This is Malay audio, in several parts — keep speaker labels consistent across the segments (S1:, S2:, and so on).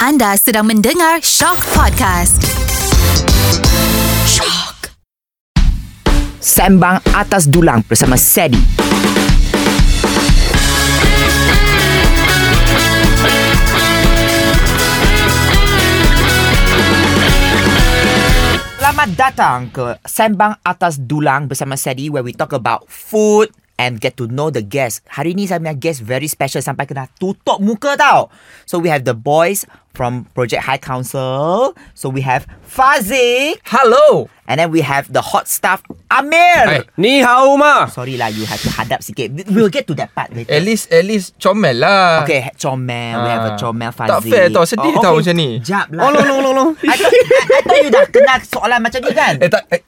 S1: Anda sedang mendengar Shock Podcast. Shock.
S2: Sembang Atas Dulang bersama Sedi. Selamat datang ke Sembang Atas Dulang bersama Sedi where we talk about food and get to know the guests. Hari ni saya punya guest very special sampai kena tutup muka tau. So we have the boys from Project High Council. So we have Fazik
S3: Hello.
S2: and then we have the hot stuff Amir.
S3: Hai. Ni hao ma.
S2: Sorry lah, you have to hadap sikit. We'll get to that part
S3: At
S2: later.
S3: least at least comel lah.
S2: Okay, comel. We have a comel Fazik.
S3: Tak fair tau. Sedih tau macam ni.
S2: Oh, Jap lah.
S3: Oh, no, no, no, no.
S2: I thought, I, I thought you dah kenal soalan macam ni kan?
S3: Eh, tak. Eh.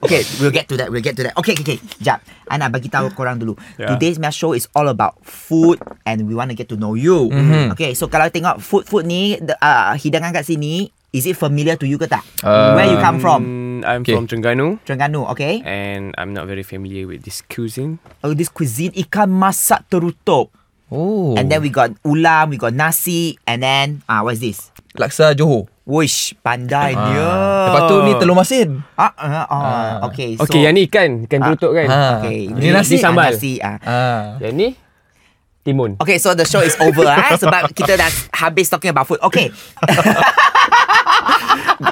S2: Okay, we'll get to that. We'll get to that. Okay, okay, okay. Jap. I nak bagi tahu korang dulu. Yeah.
S3: Yeah.
S2: Today's my show is all about food and we want to get to know you. Mm-hmm. Okay, so kalau tengok food-food ni, the, uh, hidangan kat sini, is it familiar to you ke tak? Uh,
S3: Um,
S2: Where you come from?
S4: Mm, I'm
S3: Okay.
S4: from Terengganu
S2: Terengganu, okay?
S3: eh.
S4: and I'm not very familiar with this cuisine.
S2: Oh, this cuisine ikan masak terutup.
S3: Oh.
S2: And then we got ulam, we got nasi, and then ah, what's this?
S3: Laksa Johor.
S2: Wish, pandai
S3: Ah.
S2: dia.
S3: Lepas tu ni telur masin.
S2: Ah, ah, ah. Okay, so,
S4: So, okay, yang ni ikan, ikan berutuk kan?
S3: Ah.
S2: Okay,
S3: Ni nasi.
S2: ah,
S4: sambal.
S2: nasi, ah.
S3: Ah.
S4: Yang ni timun.
S2: Okay, so the show is over ah sebab kita dah habis talking about food. Okay.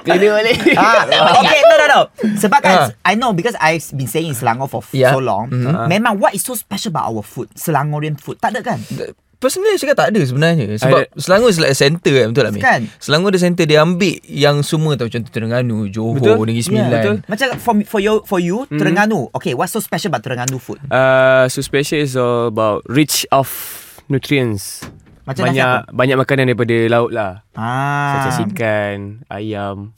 S4: Kena balik.
S2: Ah, okay, no no no. Sebab kan I
S3: Ah.
S2: know because I've been staying in Selangor for f-
S3: Yeah.
S2: so long. Mm-hmm. Memang what is so special about our food? Selangorian food. Tak ada kan?
S3: Ah. Personally saya cakap tak ada sebenarnya Sebab
S4: Ada.
S3: Selangor is like a centre kan Betul tak Mei?
S2: Kan?
S3: Selangor dia centre Dia ambil yang semua tau Contoh Terengganu Johor
S4: Betul.
S3: Negeri
S2: Yeah.
S3: Sembilan
S4: betul.
S2: Macam for for you for you Terengganu. Okay, what's so special about Terengganu food?
S4: Uh, so special is all about rich of nutrients.
S2: Macam nasi
S4: banyak banyak makanan daripada laut lah.
S2: Ah.
S4: Macam ikan, ayam.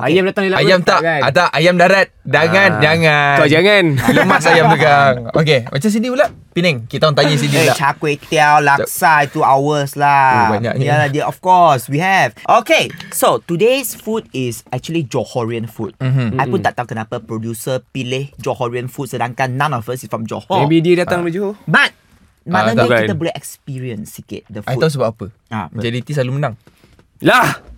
S4: Ayam datang dari laut.
S3: Ayam tak,
S4: kan?
S3: ah, tak Ayam darat Jangan
S4: Ah.
S3: Jangan
S4: Kau jangan.
S3: Lemas ayam tegang Okay Macam sini pula Penang Kita orang tanya sini
S2: Eh,
S3: pula
S2: char kway teow, laksa itu ours lah.
S3: Oh, banyaknya.
S2: Yeah, dia, of course we have. Okay, so today's food is actually Johorian food. Mm-hmm. I pun tak tahu kenapa producer pilih Johorian food sedangkan none of us is from Johor.
S4: Maybe dia datang dari Johor.
S2: But Maknanya
S4: tak.
S2: kita
S4: Bukan.
S2: boleh experience sikit the
S3: I tahu
S2: food.
S3: sebab apa
S2: Ah, apa?
S3: JDT selalu menang
S4: Lah.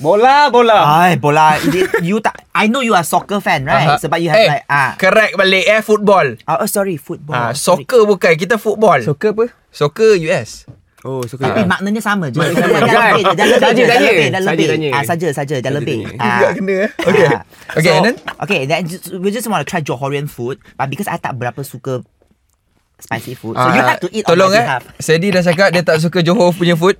S4: Bola, bola.
S2: Ay, bola. you tak. I know you are soccer fan, right?
S3: Aha.
S2: Sebab you have
S3: eh,
S2: like ah.
S3: Correct balik eh Football
S2: Oh, sorry, football.
S3: ah,
S2: Sorry.
S3: Soccer bukan Kita football
S4: Soccer apa?
S3: Soccer US
S4: Oh, soccer.
S2: Tapi
S4: Ah.
S2: maknanya sama je. Dah
S4: Maknanya
S2: lebih,
S4: sama, kan?
S2: dah lebih,
S4: Saja
S2: dah
S4: tanya.
S2: lebih, dah
S4: Saja
S2: lebih.
S4: tanya.
S2: Ah, saja, saja, dah
S4: Saja
S2: lebih.
S4: tanya.
S2: Ah.
S3: kena eh Okay Okay
S2: so,
S3: and then
S2: Okay, then just, we just want to try Johorian food, but because I tak berapa suka spicy food, so you
S3: Ah,
S2: have to eat
S3: Tolong
S2: on my
S3: eh
S2: behalf.
S3: Sedi dah cakap Dia tak suka Johor punya food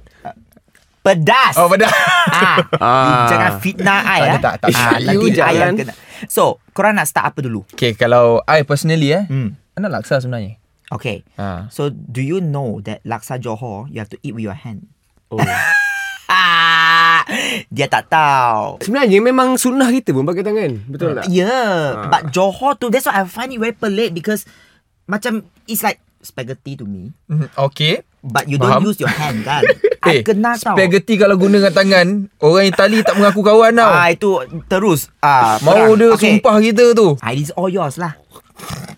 S2: Pedas.
S3: Oh pedas
S2: Ah, you
S4: Ah.
S2: jangan fitnah I.
S3: Tak ada,
S2: eh.
S3: tak, tak.
S2: Ah,
S4: You
S2: nanti ayam
S4: jangan.
S2: kena. So, korang nak start apa dulu?
S3: Okay kalau I personally eh
S2: Hmm.
S3: Anak laksa sebenarnya
S2: Okay.
S3: Ah.
S2: So, do you know that laksa Johor you have to eat with your hand?
S4: Oh.
S2: Ah, dia tak tahu.
S4: Sebenarnya memang sunnah kita pun pakai tangan. Betul tak?
S3: Ah.
S2: Yeah, but Johor too. That's why I find it very pelik because macam it's like spaghetti to me.
S3: Mhm, Okay
S2: But you
S3: Faham?
S2: don't use your hand kan? Hmm, I
S3: Eh,
S2: kena tau.
S3: spaghetti kalau guna dengan tangan Orang Itali tak mengaku kawan tau
S2: Ah itu terus ah perang.
S3: Mau dia sumpah kita tu
S2: Ah it's all yours lah.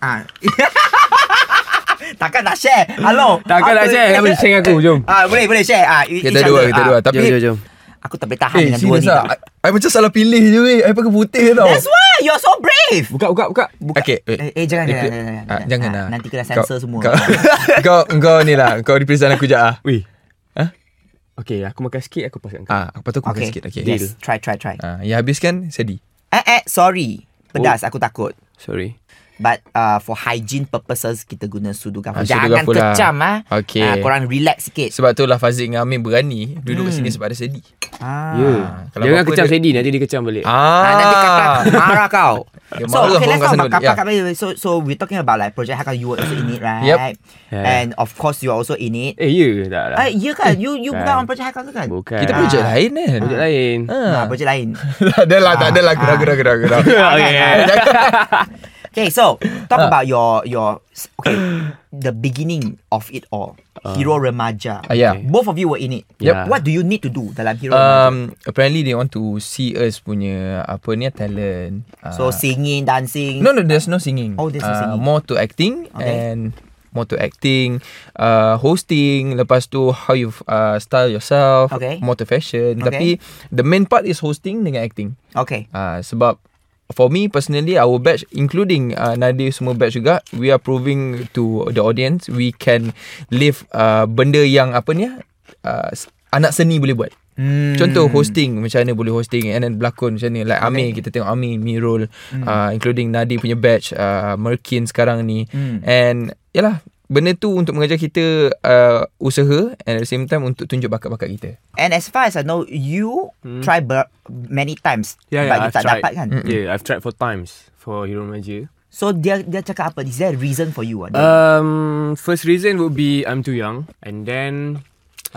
S2: Ah. Takkan nak share. Hello.
S4: Takkan nak
S2: Apa-
S4: share. Kamu share dengan aku. Jom.
S2: Ah boleh boleh share. Ah e-
S3: Kita
S2: each
S3: dua
S2: other.
S3: Kita
S2: Ah,
S3: dua Tapi
S4: jom, jom, jom.
S2: Aku tak boleh tahan
S3: Eh
S2: dengan dua
S3: serius
S2: ni.
S3: lah
S2: tau.
S3: I, I macam salah pilih je weh I pakai putih tau
S2: That's why you're so brave.
S4: Buka, buka, buka.
S2: Buka.
S3: Okay, wait.
S2: Eh, eh jangan, jangan,
S3: Repre-
S2: jangan, jangan,
S3: Ah, jangan
S2: Ah,
S3: lah.
S2: Nanti kena
S3: Kau-
S2: sensor semua.
S3: Kau, kau, kau ni lah. Kau represent aku je ah.
S4: Weh.
S3: Hah?
S4: Okay, Ha? aku makan sikit, aku pasang kau.
S3: Ah, apa tu aku okay. sikit. Okay.
S4: Deal.
S2: Yes, try, try, try.
S3: Ah, yang habis kan Sedi.
S2: Eh, eh, sorry. Pedas,
S3: Oh.
S2: aku takut.
S4: Sorry.
S2: But uh, for hygiene purposes, kita guna sudu gafur.
S3: Ah, sudu
S2: Jangan
S3: gafur lah.
S2: kecam ah.
S3: Okay.
S2: Ah, korang relax sikit.
S3: Sebab tu lah Fazik dengan Amir berani duduk
S2: Hmm.
S3: kat sini sebab ada Sedi.
S2: Ah.
S4: Yeah.
S3: kalau
S4: Ya. Jangan
S3: apa-apa
S4: kecam
S3: dia-
S4: Sedi, nanti dia kecam balik.
S3: Ah,
S2: Ah, nanti kakak marah kau.
S3: Dia
S2: So,
S3: marah
S2: okay,
S3: orang Ya.
S2: let's talk about
S3: kat sana.
S2: kakak.
S3: Yeah.
S2: Yeah. So, so we're talking about like Project Hakan, you were also in it, right?
S3: Yep.
S4: Yeah.
S2: And of course, you are also in it.
S4: Eh, ya ke tak lah?
S2: Ah, ya kan? You you
S4: Bukan.
S2: bukan on Project Hakan ke kan?
S4: Bukan.
S3: Kita
S2: Ah.
S3: projek lain kan.
S4: Projek lain.
S2: Nah, project lain.
S3: tak ada lah, tak ada lah. Gurau, gurau, gurau, gurau.
S4: Ah, ya,
S2: kan.
S4: Okay.
S2: Okay, so talk
S3: Ah.
S2: about your your okay the beginning of it all. Hero Remaja.
S3: Ah, yeah.
S2: Both of you were in it.
S4: Yep.
S2: What do you need to do dalam Hero Remaja?
S3: Um, apparently they want to see us punya apa ni talent. Ah.
S2: So singing, dancing.
S3: No, no, there's no singing.
S2: Oh, there's no
S3: Ah,
S2: singing.
S3: More to acting
S2: Okay.
S3: and more to acting, uh, hosting, lepas tu how you uh, style yourself,
S2: Okay.
S3: more to fashion.
S2: Okay.
S3: Tapi the main part is hosting dengan acting.
S2: Okay.
S3: Uh, sebab for me personally our batch including uh, Nadir semua batch juga we are proving to the audience we can live uh, benda yang apa ni uh, s- anak seni boleh buat. Hmm. Contoh hosting macam mana boleh hosting and then berlakon macam ni like Amir kita tengok Amir Mirul hmm. uh, including Nadi punya batch uh, Merkin sekarang ni hmm. and yalah benda tu untuk mengajar kita uh, usaha and at the same time untuk tunjuk bakat-bakat kita.
S2: And as far as I know, you try ber- many times,
S4: Hmm. Yeah, yeah,
S2: but you
S4: Ya, I've
S2: tak
S4: tried.
S2: dapat kan?
S4: Yeah, I've tried four times for Hero Major.
S2: So dia dia cakap apa? Is there a reason for you? Uh,
S4: Um, first reason would be I'm too young, and then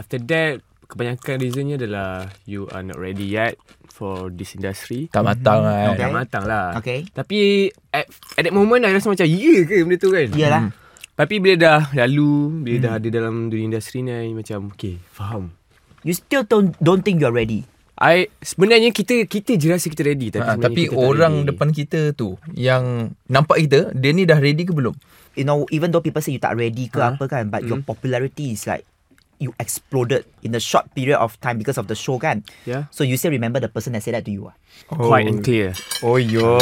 S4: after that, kebanyakan reasonnya adalah you are not ready yet for this industry.
S3: Tak matang mm-hmm. kan.
S2: Okay.
S4: Dah matang lah.
S2: Okay.
S4: Tapi at, at that moment, I rasa macam yeah ke benda tu kan?
S2: Iyalah.
S4: Tapi bila dah lalu, bila
S2: Hmm.
S4: dah ada dalam dunia industri ni, I macam okay, faham.
S2: you still don't don't think you're ready.
S4: I sebenarnya kita kita je rasa kita ready tapi
S3: Ha,
S4: sebenarnya
S3: tapi
S4: kita tak
S3: orang
S4: ready.
S3: depan kita tu yang nampak kita, dia ni dah ready ke belum?
S2: You know, even though people say you tak ready ke
S4: Uh-huh.
S2: apa kan, but
S4: Mm-hmm.
S2: your popularity is like you exploded in a short period of time because of the show kan.
S4: Yeah.
S2: So you still remember the person that said that to you ah?
S4: quite and clear.
S2: Oh yo.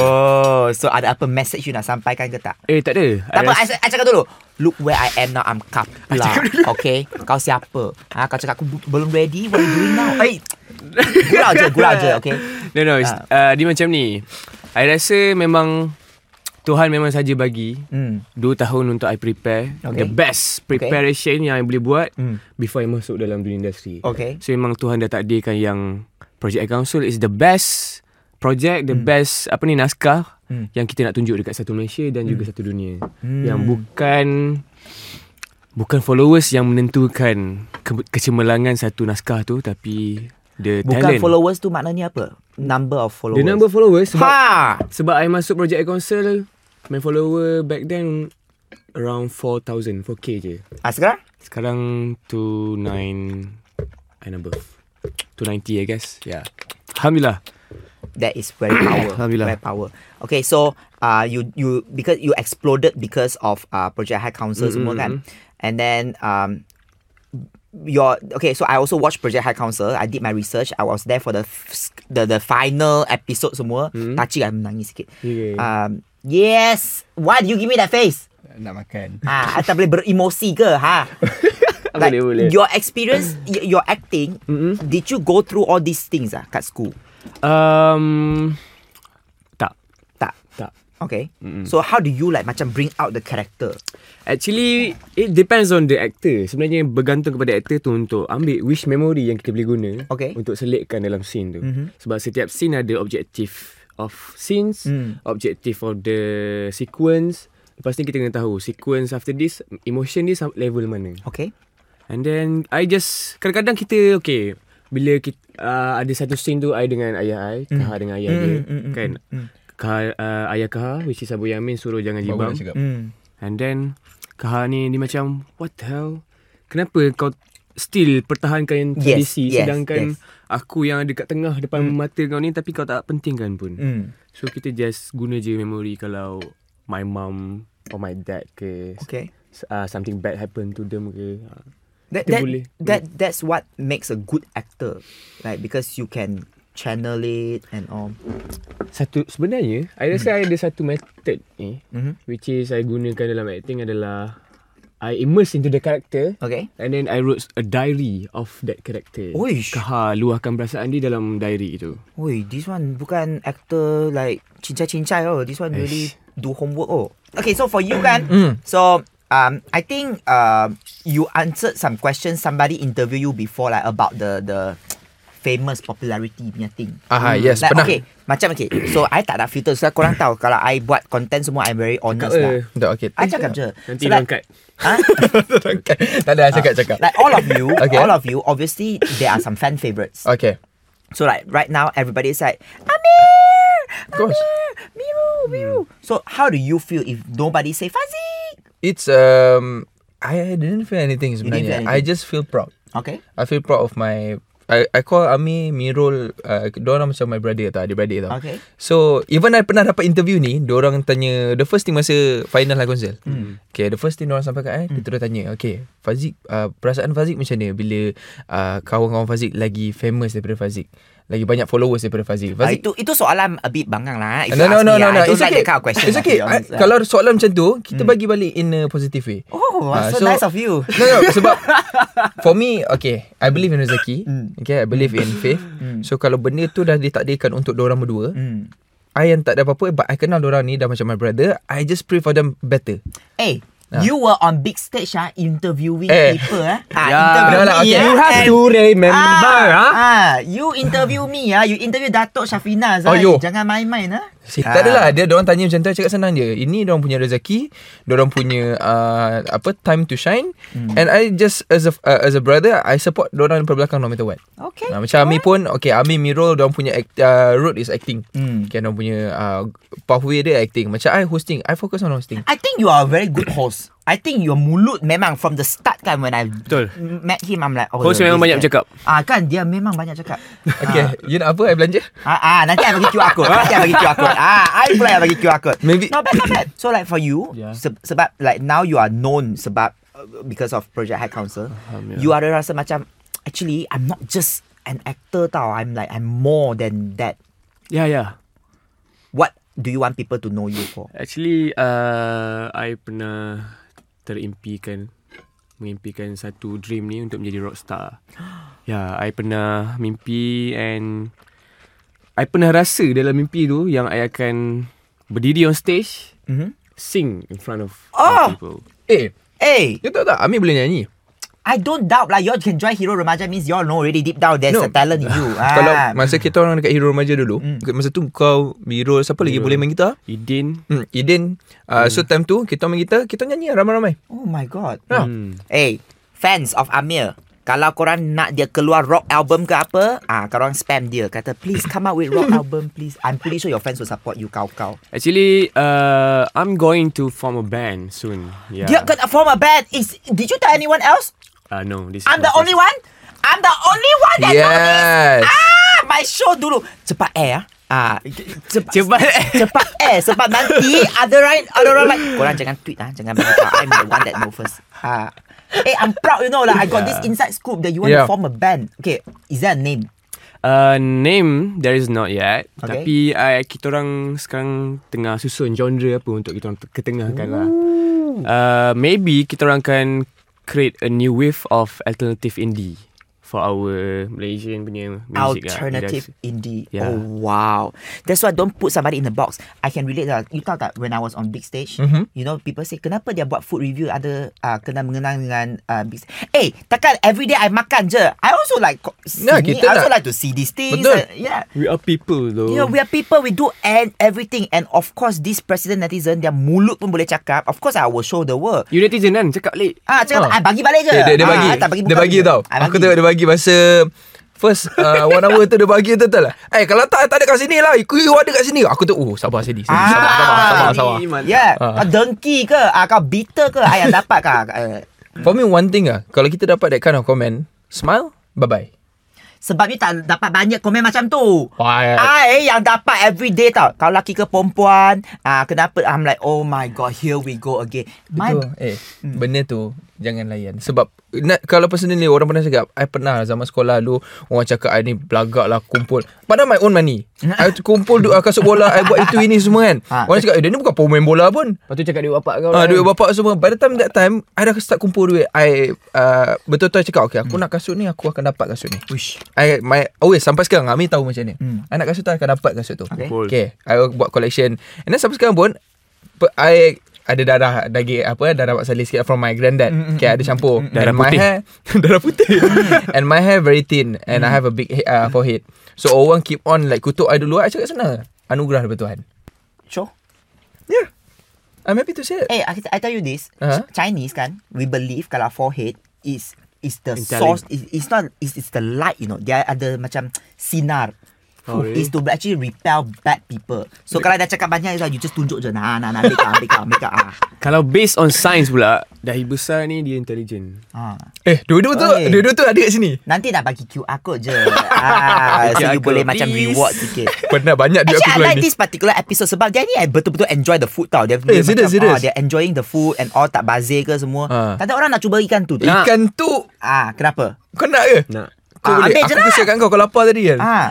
S2: So ada apa message you nak sampaikan ke tak?
S4: Eh tak ada. I
S2: Tak apa, I,
S4: rasa-
S2: I cakap dulu. Look where I am now, I'm kapla. Okay? Kau siapa? Ha, kau cakap aku bu- belum ready, what are you doing now? Eh, gurau je, gurau je, okay?
S4: No no, it's,
S2: Ah.
S4: uh, dia macam ni. I rasa memang Tuhan memang saja bagi
S2: Hmm.
S4: Dua tahun untuk I prepare
S2: Okay. Hmm.
S4: The best preparation yang I boleh buat Before I masuk dalam dunia industri
S2: Okay.
S4: So memang Tuhan dah takdirkan yang Project I Council is the best
S2: Hmm.
S4: project The best apa ni naskah Yang kita nak tunjuk dekat satu Malaysia Dan
S2: Hmm.
S4: juga satu dunia Yang bukan Bukan followers yang menentukan ke- Kecemerlangan satu naskah tu Tapi The
S2: Bukan
S4: talent
S2: followers tu maknanya apa? Number of followers.
S4: The number of followers Sebab
S2: Ha!
S4: sebab I masuk project I council My follower back then Around 4,000 4K je
S2: Ha, sekarang?
S4: Sekarang 29 and above 290 I guess Yeah Alhamdulillah
S2: That is very power. Very
S4: Alhamdulillah.
S2: power. Okay, so uh, you you because you exploded because of uh, Project High Council semua kan, and then um, your okay. So I also watched Project High Council. I did my research. I was there for the f- the the final episode semua. Touchy kan menangis sikit.
S4: Mm-hmm. Okay.
S2: Um, yes. Why do you give me that face?
S3: Nak makan.
S2: Ah, tak boleh beremosi ke ha? like,
S4: Boleh, boleh.
S2: Your experience, y- your acting, did you go through all these things ah kat school?
S4: Um Tak
S2: Tak.
S4: Tak
S2: Okay. So how do you like macam bring out the character?
S4: Actually It depends on the actor Sebenarnya bergantung kepada actor tu Untuk ambil which memory yang kita boleh guna
S2: Okay.
S4: Untuk selitkan dalam scene tu mm-hmm. Sebab setiap scene ada objektif Of scenes mm. Objektif of the sequence Lepas ni kita kena tahu Sequence after this Emotion ni sam- level mana
S2: Okay.
S4: And then I just Kadang-kadang kita Okay Bila kita, uh, ada satu scene tu I dengan ayah I mm. Kaha dengan ayah mm, dia mm, Kan mm. Kaha, uh, Ayah Kaha Which is Abu Yamin Suruh jangan
S3: Baru
S4: jibam
S3: nak cakap.
S2: Hmm.
S4: And then Kaha ni dia macam What the hell Kenapa kau Still pertahankan
S2: Yes,
S4: tradisi
S2: yes,
S4: Sedangkan
S2: yes.
S4: Aku yang ada kat tengah Depan mata kau ni Tapi kau tak pentingkan pun
S2: Hmm.
S4: So kita just Guna je memory Kalau My mum Or my dad ke
S2: Okay.
S4: s- uh, Something bad happen to them ke Ah.
S2: That,
S4: Kita
S2: that,
S4: boleh-
S2: that that's what makes a good actor, like because you can channel it and all.
S4: Satu Sebenarnya I
S2: Hmm.
S4: rasa ada satu method ni mm-hmm. Which is I gunakan dalam acting adalah I immerse into the character
S2: Okay.
S4: And then I wrote a diary of that character.
S2: Oish.
S4: Kaha luahkan perasaan dia dalam diary itu.
S2: Wait, this one bukan actor like cincai cincai oh. This one really
S4: Eish.
S2: do homework oh. Okay, so for you kan,
S3: Mm.
S2: so um, I think um, you answered some questions. Somebody interview you before like about the the famous popularity punya thing. Mm.
S3: Aha, yes,
S2: like,
S3: pernah.
S2: Okay, macam okay. So I tak ada filter. So korang tahu kalau I buat content semua I very honest lah.
S4: Kat,
S3: Tak, okay.
S2: I cakap je.
S4: Nanti
S2: So,
S4: so
S2: like,
S4: angkat.
S2: ha?
S3: tak ada, cakap-cakap.
S2: Ah, like all of you,
S3: Okay. Uh.
S2: all of you, obviously there are some fan favorites.
S3: Okay.
S2: So like right now, everybody's like,
S3: Of course.
S2: Miru, Miru. Hmm. So how do you feel if nobody say Fazik?
S3: It's, um, I didn't feel anything
S2: didn't feel
S3: sebenarnya. I
S2: anything.
S3: just feel proud.
S2: Okay.
S3: I feel proud of my I, I call Amir, Mirul, uh, diorang macam my brother tau, adik-beradik tau.
S2: Okay.
S3: So, even I pernah dapat interview ni, diorang tanya, the first thing masa final lah konsel. Hmm. Okay, the first thing diorang sampaikan, eh,
S2: Hmm.
S3: kita orang tanya, okay, Fazik, uh, perasaan Fazik macam mana bila uh, kawan-kawan Fazik lagi famous daripada Fazik? Lagi banyak followers daripada Fazik?
S2: Ah,
S3: Fazik
S2: itu itu soalan a bit bangang lah. If you
S3: no, no,
S2: ask me,
S3: no, no,
S2: ah,
S3: no.
S2: I don't
S3: It's
S2: like
S3: okay.
S2: that kind of question.
S3: It's
S2: lah, to
S3: okay.
S2: be
S3: I,
S2: honest, lah.
S3: kalau soalan macam tu, kita bagi balik in a positive way.
S2: Oh,
S3: Ah,
S2: so, nice of you.
S3: No, no, sebab for me, okay, I believe in rezeki.
S2: Hmm.
S3: Okay, I believe in faith. So, kalau benda tu dah ditakdirkan untuk orang berdua,
S2: Hmm.
S3: I yang tak ada apa-apa, but I kenal orang ni dah macam my brother. I just pray for them better.
S2: Eh, you were on big stage ah interviewing
S3: Eh.
S2: people ah. Ah,
S4: Yeah.
S2: interview
S3: No
S2: me,
S3: lah,
S2: ah,
S3: okay.
S4: You have
S2: and-
S4: to
S2: ah,
S4: remember ah.
S2: ah, you interview me ah, you interview Datuk Syafina Zai.
S3: Oh, you.
S2: Jangan main-main ah.
S3: Si, tak adalah dia orang tanya macam tu I cakap senang je ini orang punya rezeki orang punya uh, apa time to shine
S2: Hmm.
S3: and I just as a uh, as a brother I support orang daripada belakang no matter what
S2: Okay.
S3: Nah, macam Ami pun Okay Ami Mirul Diorang punya act, uh, Road is acting
S2: Hmm.
S3: mm. Okay diorang punya uh, Pathway dia acting Macam I hosting I focus on hosting
S2: I think you are a very good host. I think your mulut memang from the start kan when I
S4: Betul.
S2: met him I'm like oh,
S4: Host
S2: this
S4: memang banyak
S2: guy.
S4: bercakap.
S2: Ah kan dia memang banyak cakap.
S3: Okay You nak apa I belanja
S2: Ah, ah nanti I bagi QR code. nanti I bagi QR code. Ah, I pula yang bagi QR code.
S3: Maybe-
S2: not bad, not bad. So like for you, yeah.
S3: Yeah.
S2: se- sebab like now you are known sebab uh, because of Project High Council,
S4: yeah.
S2: you ada rasa macam actually I'm not just an actor tau. I'm like I'm more than that.
S4: Ya, ya.
S2: What do you want people to know you for?
S4: Actually, uh, I pernah terimpikan mengimpikan satu dream ni untuk menjadi rockstar. Ya, yeah, I pernah mimpi and I pernah rasa dalam mimpi tu yang I akan berdiri on stage,
S2: Mhm.
S4: sing in front of
S2: Oh!
S4: people.
S3: Eh
S2: Hey,
S3: You tahu tak Ami boleh nyanyi
S2: I don't doubt lah. You all can join Hero Remaja means you all know already deep down there's
S3: No.
S2: a talent in you. ah.
S3: Kalau masa kita orang dekat Hero Remaja dulu Masa tu kau Mirul Siapa lagi boleh main gitar
S4: Idin.
S3: Hmm, Eden uh, So time tu Kita main gitar Kita nyanyi lah ramai-ramai
S2: Oh my god.
S3: Ah.
S4: Hmm.
S2: Hey, fans of Amir, kalau korang nak dia keluar rock album ke apa, ah korang spam dia kata please come out with rock album please. I'm pretty sure your fans will support you kau kau.
S4: Actually, uh, I'm going to form a band soon. Yeah.
S2: Dia gonna form a band. Is did you tell anyone else?
S4: Uh, no, this. is
S2: I'm the
S4: my first-
S2: only one. I'm the only one that know this.
S3: Yes
S2: Ah, my show dulu. Cepat air ah. Ah, cepat
S4: Cepat air.
S2: cepat air sebab nanti ada right ada orang like korang jangan tweet ah, jangan bagi tahu. I'm the one that know first. Ha. Eh, I'm proud you know lah. I got this inside scoop that you want to
S3: Yeah.
S2: form a band. Okay, is there a name?
S4: Uh, name there is not yet.
S2: Okay.
S4: Okay. Tapi uh, kita orang sekarang tengah susun genre apa untuk kita orang te- ketengahkan lah. Uh, maybe kita orang akan create a new wave of alternative indie for our Malaysian punya
S3: ah,
S4: music
S2: alternative
S4: Lah.
S2: indie.
S4: Yeah.
S2: Oh wow. That's why don't put somebody in a box. I can relate lah. You tahu tak when I was on big stage,
S3: Mm-hmm.
S2: you know people say kenapa dia buat food review ada uh, kena mengenang dengan uh, big stage. Eh, takkan everyday I makan je. I also like co- see
S3: Nah,
S2: ni.
S3: kita
S2: I also
S3: nak-
S2: like to see these things.
S3: Betul.
S2: Uh, yeah.
S4: We are people though.
S2: You know, Ya, we are people, we do and everything. And of course, this president netizen, dia mulut pun boleh cakap. Of course, I will show the world.
S4: you netizen kan cakap late.
S2: Ah, cakap, ah.
S3: Ah.
S2: I bagi balik je.
S3: Dia, dia, dia
S2: Ah,
S3: bagi.
S2: I tak bagi
S3: dia
S2: bukan
S3: bagi
S2: benda.
S3: tau.
S2: I
S3: Aku
S2: bagi.
S3: tengok dia bagi masa first uh, one hour tu dia bagi tu tak lah. Eh kalau tak I tak ada kat sini lah. Ikut you ada kat sini. Aku tu oh sabar sini. sini.
S2: Ah.
S3: Sabar sabar sabar
S4: Ini
S3: sabar.
S4: mantap.
S2: Yeah,
S3: Ah.
S2: kau dengki Ya. ke? Ah, kau bitter ke? Ah, yang dapat ke? Uh,
S3: For me one thing ah. Kalau kita dapat that kind of comment, smile, bye bye.
S2: sebab ni tak dapat banyak komen macam tu.
S3: Why?
S2: I yang dapat every day tau. Kalau laki ke perempuan, ah kenapa I'm like oh my god here we go again. My
S3: Betul. Eh,
S2: Hmm.
S3: benda tu jangan layan. Sebab nak, kalau personally orang pernah cakap, I pernah lah zaman sekolah dulu orang cakap I ni belagak lah kumpul. Padahal my own money. I tu kumpul duduk kasut bola, I buat itu ini semua kan.
S2: Ah.
S3: Orang cakap, eh, dia ni bukan pemain bola pun.
S4: Lepas tu cakap dia bapak kau. kan.
S3: Ah, duit bapak semua By the time that time I dah start kumpul duit I uh, Betul-betul I cakap Okay aku nak kasut ni Aku akan dapat kasut ni
S2: wish.
S3: I my always sampai sekarang Ami tahu macam ni. Hmm. I nak kasut tu I akan dapat kasut tu.
S2: Okay.
S4: Betul.
S3: Okay, I buat collection. And then sampai sekarang pun pe- I ada darah daging apa darah mak salih sikit from my granddad. Mm, okay, ada campur. Mm,
S4: Darah
S3: and my
S4: putih.
S3: hair darah putih. and my hair very thin and I have a big he- uh, forehead. So orang keep on like kutuk I dulu. I cakap sana. Anugerah daripada Tuhan.
S2: Sure.
S3: Yeah. I'm happy to say it.
S2: Eh, I, I tell you this.
S3: Uh-huh.
S2: Chinese kan, we believe kalau forehead is is the
S4: Italian.
S2: source. Is, it's not. It's, it's the light. You know, dia ada macam sinar.
S4: Oh, really?
S2: Is to actually repel bad people So kalau dah cakap banyak You just tunjuk je Nah nah nah Make up Make up, make up ah.
S4: Kalau based on science pula, dahi besar ni dia intelligent.
S2: Ah.
S3: Eh, dua-dua tu,
S2: Oi.
S3: dua-dua tu ada kat sini.
S2: Nanti nak bagi QR code je ah, So
S4: QR
S2: you boleh
S4: code,
S2: macam
S4: please.
S2: reward sikit
S3: Pernah banyak duit aku
S2: Actually, I
S3: keluar
S2: like
S3: ni.
S2: this particular episode sebab dia ni eh, betul-betul enjoy the food tau. Dia,
S3: Eh,
S2: dia macam,
S3: serious, serious.
S2: ah, they're enjoying the food and all tak bazir ke semua.
S3: Ha.
S2: Tak ada orang nak cuba ikan tu.
S4: Nak.
S3: Ikan tu
S2: Ah, kenapa?
S3: kau nak ke?
S4: Nak.
S3: Kau
S2: Ah,
S3: boleh.
S2: ambil je
S3: Aku
S2: lah.
S3: kesiakan kau kau lapar tadi kan.
S2: Ah.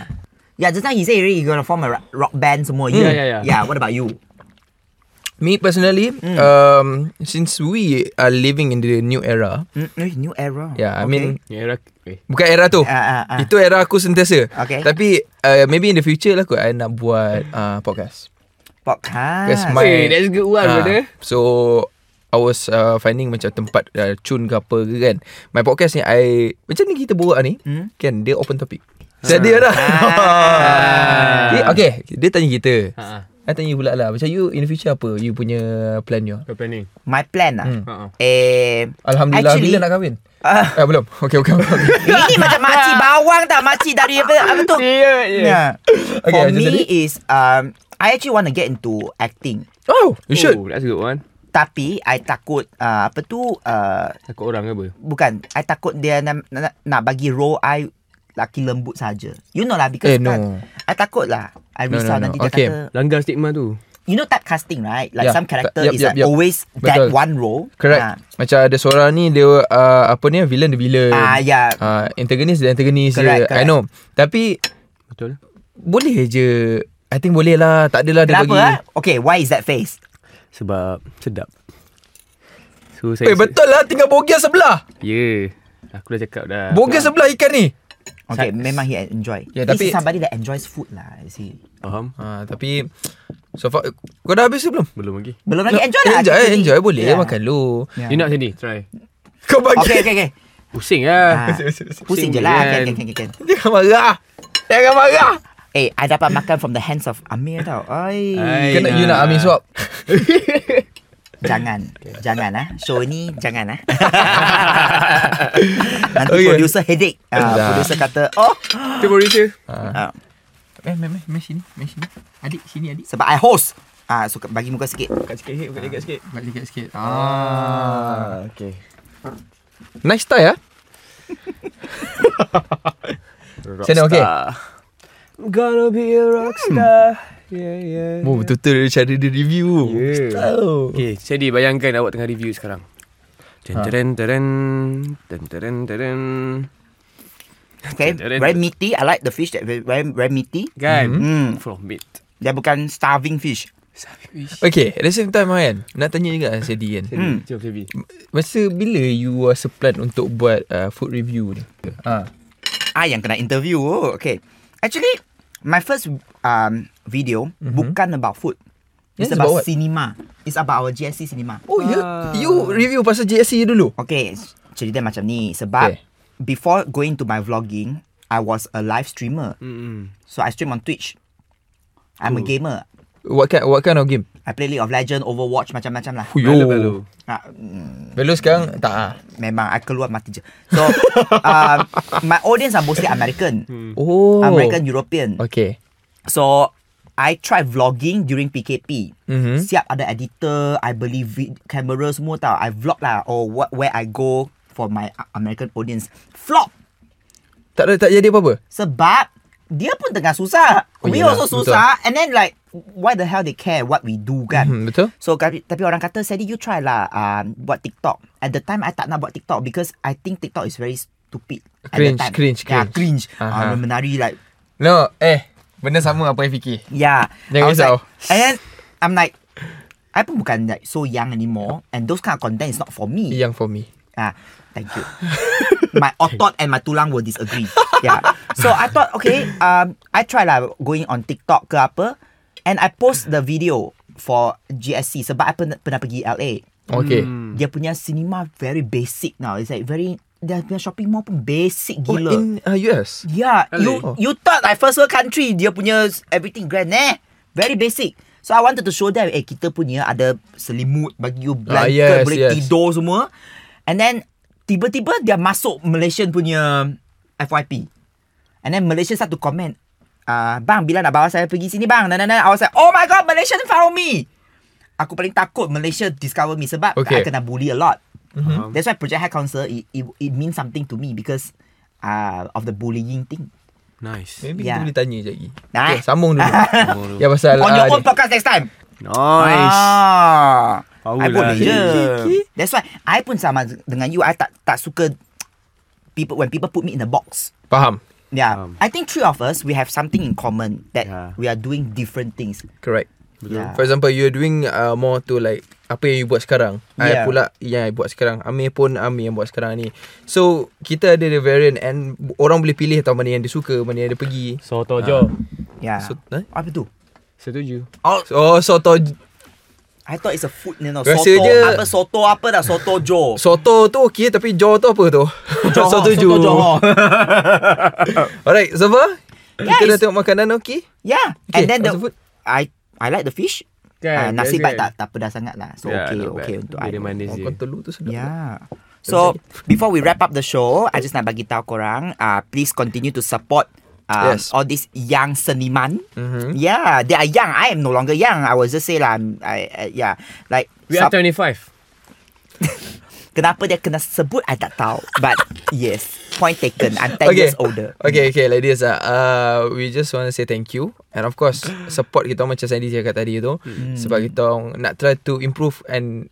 S2: Yeah, just now he say already you gonna form a ro- rock band semua.
S4: Hmm.
S2: You.
S4: Yeah, yeah, yeah.
S2: yeah, what about you?
S3: Me personally,
S4: Hmm.
S3: um, since we are living in the new era,
S2: Mm, eh, new era.
S3: yeah, I mean,
S4: Ya, rak. Eh.
S3: bukan era tu.
S2: Ah, ah, ah.
S3: Itu era aku sentiasa.
S2: Okay.
S3: Tapi uh, maybe in the future lah aku I nak buat uh, podcast. Because
S2: podcast.
S3: my
S4: Hey, that's good one,
S3: Ah,
S4: brother.
S3: So I was uh, finding macam tempat uh, cun ke apa ke kan. My podcast ni I macam ni kita borak ni hmm? kan dia open topic.
S2: Ah.
S3: Jadi ada. okay, okay, dia tanya kita.
S4: Ha.
S3: I tanya pula lah Macam you in the future apa You punya plan you
S4: Kau planning.
S2: My plan lah.
S3: Hmm.
S4: Ha.
S2: Eh,
S3: Alhamdulillah
S2: Actually-
S3: Bila nak kahwin
S2: Ah.
S3: eh, Belum Okay okay, okay.
S2: ini macam makcik bawang tak makcik dari apa, apa tu?
S4: Ya, ya.
S2: Yeah.
S3: Okay,
S2: For
S3: so
S2: me
S3: tadi?
S2: is um I actually want to get into acting.
S3: Oh you should
S4: Oh, that's a good one.
S2: Tapi I takut uh, apa tu uh,
S4: Takut orang ke apa?
S2: bukan I takut dia nak, nak, nak bagi role I laki lembut saja. You know lah because
S3: Eh, no.
S2: kan, I takut lah. I
S3: No,
S2: risau
S3: no, no.
S2: nanti dia
S3: Okay.
S2: kata
S4: Langgar stigma tu.
S2: you know type casting right? Like
S3: Yeah,
S2: some character
S3: type-
S2: is
S3: yup,
S2: like
S3: yup, yup.
S2: always that
S3: Betul.
S2: one role.
S3: Correct
S2: Ah.
S3: Macam ada seorang ni Dia uh, Apa ni Villain dia villain
S2: Ah, ya.
S3: uh, Antagonist dia antagonist
S2: Correct,
S3: je I
S2: correct.
S3: know Tapi
S4: Betul? lah.
S3: Boleh je I think boleh lah Tak adalah dia
S2: Kenapa?
S3: bagi
S2: ah? Okay, why is that face?
S4: Sebab sedap. So, saya...
S3: Eh betul lah Tinggal bogia sebelah
S4: Ya. Aku dah cakap dah.
S3: Bogia sebelah ikan ni
S2: Okay, memang he enjoy.
S3: Yeah,
S2: This
S3: tapi-
S2: is somebody that enjoys food lah. you See,
S4: Faham?
S3: uh, Tapi So far Kau dah habis ke belum? eh,
S4: Belum lagi.
S2: belum lagi enjoy lah.
S3: Enjoy
S2: actually.
S3: Enjoy boleh
S2: Yeah.
S3: Makan lu
S2: Yeah.
S4: You nak sini? Try.
S3: Kau bagi
S2: Okay, okay, okay.
S4: Pusing kan. lah.
S2: Ah, pusing je lah.
S3: kan?
S2: Can, can, can, can, can.
S3: Jangan marah Jangan marah
S2: Eh, I dapat makan from the hands of Amir tau. Oi.
S4: Ai.
S3: Kena you nak ambil suap
S2: Jangan. Jangan ah. Show ni jangan ah. Nanti
S3: Okay.
S2: producer headache. Ah,
S3: Dah.
S2: producer kata, "Oh,
S4: Kita Malaysia.
S2: ah,
S3: Eh, meh, meh, meh sini, meh sini. Adik, sini adik.
S2: sebab I host." Ah, so bagi muka sikit.
S3: Buka sikit, hit, buka dekat sikit. Buka dekat sikit. Ah, okay. Nice tie ah. Sana, okay?
S4: I'm gonna be a rockstar. Yeah, yeah.
S3: Oh, betul-betul cara dia review.
S4: Ya. Yeah.
S3: Oh.
S4: Okay, jadi bayangkan awak tengah review sekarang. Ten
S2: Ha.
S4: ten ten ten ten ten.
S2: Okay, very meaty. I like the fish that very very, very meaty.
S4: Kan?
S2: Hmm.
S4: Full of meat.
S2: Dia bukan starving fish.
S3: Okay, at the same time kan, nak tanya juga Sedi kan.
S4: Hmm. Jom, Sebi.
S3: Masa bila you rasa plan untuk buat uh, food review ni? Ha.
S2: Ah, yang kena interview. Oh, okay. Actually, my first um video bukan about food. It's about,
S3: Mhm. Yes, about what?
S2: cinema. It's about our GSC cinema.
S3: Oh, you,
S2: Ah.
S3: you review pasal GSC dulu?
S2: Okay, cerita macam ni sebab
S3: Okay.
S2: before going to my vlogging, I was a live streamer.
S4: Hmm.
S2: So I stream on Twitch. I'm a gamer.
S3: What kind, what kind of game?
S2: I play League of Legends, Overwatch macam-macam lah.
S4: Hello, hello.
S2: Ah, mm,
S3: Belum sekarang tak ah.
S2: memang I keluar mati je. So um, my audience are mostly American.
S3: Oh.
S2: American European.
S3: Okay.
S2: So I tried vlogging during PKP.
S3: Mhm.
S2: Siap ada editor, I beli vid- kamera semua tau. I vlog lah or what where I go for my uh, American audience. Flop
S3: Tak ada tak jadi apa-apa.
S2: sebab dia pun tengah susah.
S3: Oh,
S2: we
S3: yelah,
S2: also susah and then like why the hell they care what we do kan?
S3: Hmm, betul?
S2: So tapi, tapi orang kata Sadie you try lah um, buat TikTok. At the time I tak nak buat TikTok because I think TikTok is very stupid. at the
S3: Cringe,
S2: time.
S3: cringe,
S2: yeah, cringe.
S3: cringe. Aha.
S2: Uh, menari like
S3: No, eh. Benda sama apa yang fikir.
S2: Yeah.
S3: Jangan
S2: I was
S3: risau.
S2: Like, and then I'm like, I pun bukan like so young anymore, and those kind of content is not for me.
S3: Yang for me.
S2: Ah, thank you. my otot and my tulang will disagree. Yeah. So I thought, okay, um, I try lah going on TikTok ke apa, and I post the video for GSC sebab I pernah, pernah pergi LA.
S3: Okay.
S2: Dia punya cinema very basic now. It's like very dia punya shopping mall pun basic
S3: Oh,
S2: gila. Ya.
S3: in uh, US.
S2: Yeah,
S4: Really?
S2: you
S3: Oh.
S2: you thought like first world country dia punya s- everything grand eh. Very basic. So I wanted to show them eh kita punya ada selimut bagi you blanket
S3: Ah, yes,
S2: boleh
S3: yes.
S2: tidur semua. And then tiba-tiba dia masuk Malaysian punya FYP. And then Malaysian start to comment uh, Bang bila nak bawa saya pergi sini bang nah, nah, nah. I was like Oh my god Malaysian found me Aku paling takut Malaysia discover me Sebab okay.
S3: Okay.
S2: I
S3: Mm-hmm.
S2: kena bully a lot
S4: Faham.
S2: That's why Project High Council It, it, it means something to me Because uh, Of the bullying thing
S4: Nice.
S3: Maybe
S2: Yeah.
S3: kita boleh tanya je lagi.
S2: Nah.
S3: Okay, sambung dulu. ya pasal
S2: On your
S3: ah,
S2: own podcast next time
S4: Nice.
S2: Ah,
S4: Power
S2: I pun
S4: lah.
S2: je.
S3: Kiki.
S2: That's why I pun sama dengan you. I tak tak suka people when people put me in a box.
S3: faham.
S2: Yeah,
S4: Um.
S2: I think three of us we have something in common that
S4: Yeah.
S2: we are doing different things.
S3: Correct.
S2: Betul. Yeah.
S3: For example, you are doing uh, more to like apa yang you buat sekarang.
S2: Yeah.
S3: Yeah. I pula yang I buat sekarang. Amir pun Amir yang buat sekarang ni. So, kita ada the variant and orang boleh pilih tau mana yang dia suka, mana yang dia pergi.
S4: So tojo.
S2: Yeah.
S3: So, eh?
S2: Apa tu?
S4: Setuju.
S3: Oh, oh soto
S2: I thought it's a food you know,
S3: Rasa
S2: soto.
S3: je-
S2: Apa soto apa dah soto jo.
S3: soto tu okey tapi jaw tu apa tu?
S2: Johor,
S3: soto
S2: soto
S3: ju.
S2: Johor.
S3: Alright, Zafar.
S2: Yeah,
S3: kita dah
S2: it's-
S3: tengok makanan okey.
S2: Yeah. And
S3: Okay,
S2: then the
S3: what's the food?
S2: I I like the fish.
S4: Kan,
S2: uh, nasi
S4: that's
S2: baik
S4: it.
S2: tak tak pedas sangat lah. So
S4: Yeah,
S2: okay
S4: not bad.
S2: okay untuk I.
S4: Dia manis
S3: Oh,
S4: je.
S3: kau telur tu sedap.
S2: Yeah. So before we wrap up the show, I just nak bagi tahu korang, uh, please continue to support uh,
S3: Yes.
S2: all these young seniman.
S3: Mhm.
S2: Yeah, they are young. I am no longer young. I was just say lah, I'm- I, I yeah, like
S4: We are
S2: sup-
S4: 25.
S2: kenapa dia kena sebut, I tak tahu. But yes, point taken. I'm 10 years older.
S3: Okay, okay, like this ah. Uh, we just want to say thank you and of course support kita orang macam Sandy cakap tadi tu
S2: Hmm.
S3: mm. sebab kita orang nak try to improve and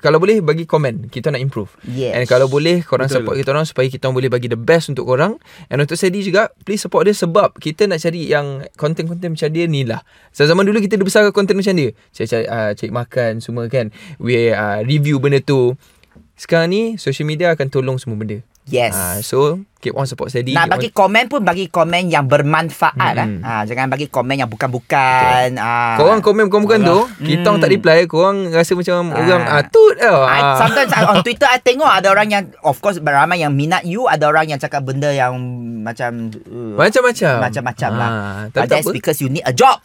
S3: kalau boleh bagi komen kita nak improve.
S2: Yes.
S3: And kalau boleh korang
S4: Betul.
S3: support kita orang supaya kita orang boleh bagi the best untuk korang and untuk Sandy juga please support dia sebab kita nak cari yang konten-konten macam dia ni lah. Zaman dulu kita dibesarkan konten macam dia. Cari, cari, uh, cari makan semua kan. We uh, review benda tu. Sekarang ni social media akan tolong semua benda.
S2: Yes.
S3: Ah, so keep on support Sedi.
S2: Nak bagi komen pun bagi komen yang bermanfaat lah.
S3: Mm-hmm.
S2: Ah, jangan bagi komen yang bukan-bukan. Ah.
S3: Kau orang komen bukan bukan tu, kita orang tak reply, kau orang rasa macam
S2: Ah.
S3: orang atut tau.
S2: I,
S3: Ah.
S2: sometimes I, on Twitter I tengok ada orang yang of course ramai yang minat you, ada orang yang cakap benda yang macam uh,
S3: Macam-macam.
S2: macam-macam lah.
S3: Ah,
S2: But
S3: tapi tak
S2: that's
S3: apa.
S2: because you need a job.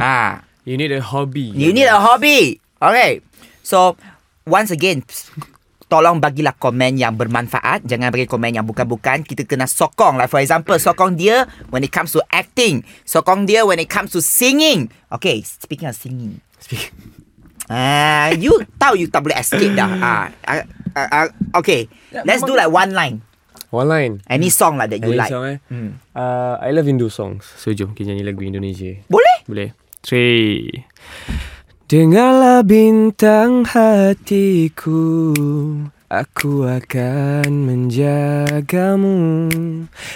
S2: Ah,
S4: You need a hobby.
S2: you need a hobby. Okay. So once again s- tolong bagilah komen yang bermanfaat, jangan bagi komen yang bukan-bukan. Kita kena sokong. Like for example, sokong dia when it comes to acting, sokong dia when it comes to singing. Okay, speaking of singing.
S4: Speak-
S2: Ah, you tahu you tak boleh escape dah. Ah, ah, ah, ah, okay. Let's do like one line.
S4: One line.
S2: Any song lah that you
S4: Any
S2: like.
S4: song eh? Uh, I love Indo songs. So jom kita nyanyi lagu Indonesia.
S2: Boleh?
S4: Boleh. Three. Dengarlah bintang hatiku Aku akan menjagamu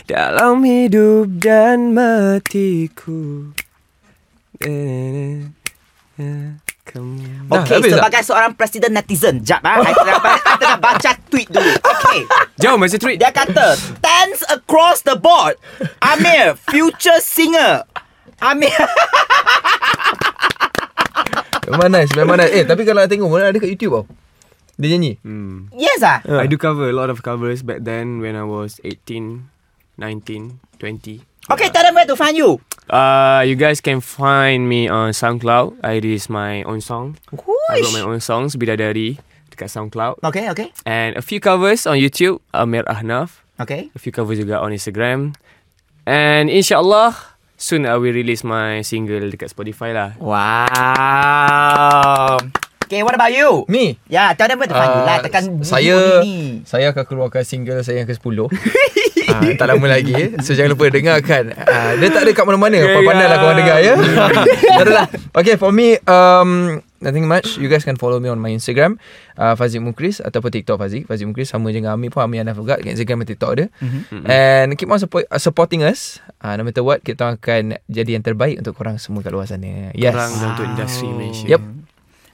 S4: Dalam hidup dan matiku Kamu
S3: Dah,
S2: Okay,
S3: habis tak?
S2: sebagai seorang presiden netizen. Jap ah, I tengah, ba- I tengah baca tweet dulu. Okay.
S4: Jom masa tweet
S2: Dia kata, thanks across the board. Amir, future singer. Amir.
S3: Memang nice, memang nice. Eh, tapi kalau nak tengok mana ada kat YouTube tau. Dia nyanyi.
S4: hmm.
S2: Yes ah.
S4: I do cover a lot of covers back then When I was 18, 19, 20
S2: Okay, tell them where to find you.
S4: Uh, you guys can find me on SoundCloud. I release my own song. I wrote my own songs, Bidadari, dekat SoundCloud.
S2: Okay, okay.
S4: And a few covers on YouTube, Amir Ahnaf.
S2: Okay.
S4: A few covers juga on Instagram. And insyaAllah, soon I will release my single dekat Spotify lah.
S2: Wow. Okay, what about you?
S3: Me.
S2: Ya, yeah, tell them where to find you lah.
S3: Ah,
S2: Tekan
S3: saya
S2: ni.
S3: saya akan keluarkan single saya yang ke-10 Ah, tak lama lagi So jangan lupa dengarkan Ah, Dia tak ada kat mana-mana
S4: Yeah,
S3: Pandai lah
S4: yeah.
S3: korang dengar ya Tak ada lah Okay for me um, Nothing much You guys can follow me on my Instagram uh, Fazik Mukris Ataupun TikTok Fazik Fazik Mukris sama je dengan Amir pun Amir Anaf juga kat Instagram dan TikTok dia
S2: Mhm.
S3: And keep on support, uh, supporting us uh, No matter what Kita akan jadi yang terbaik Untuk korang semua kat luar sana Yes
S4: Korang dah untuk industri Malaysia.
S3: Yep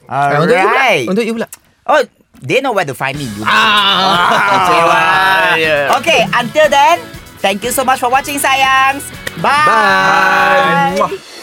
S3: Ah, Untuk you pula
S2: Alright.
S3: Untuk you pula
S2: Oh, they know where to find me. Ah, Okay, until then, thank you so much for watching, sayang. Bye.
S3: Bye. Mwah.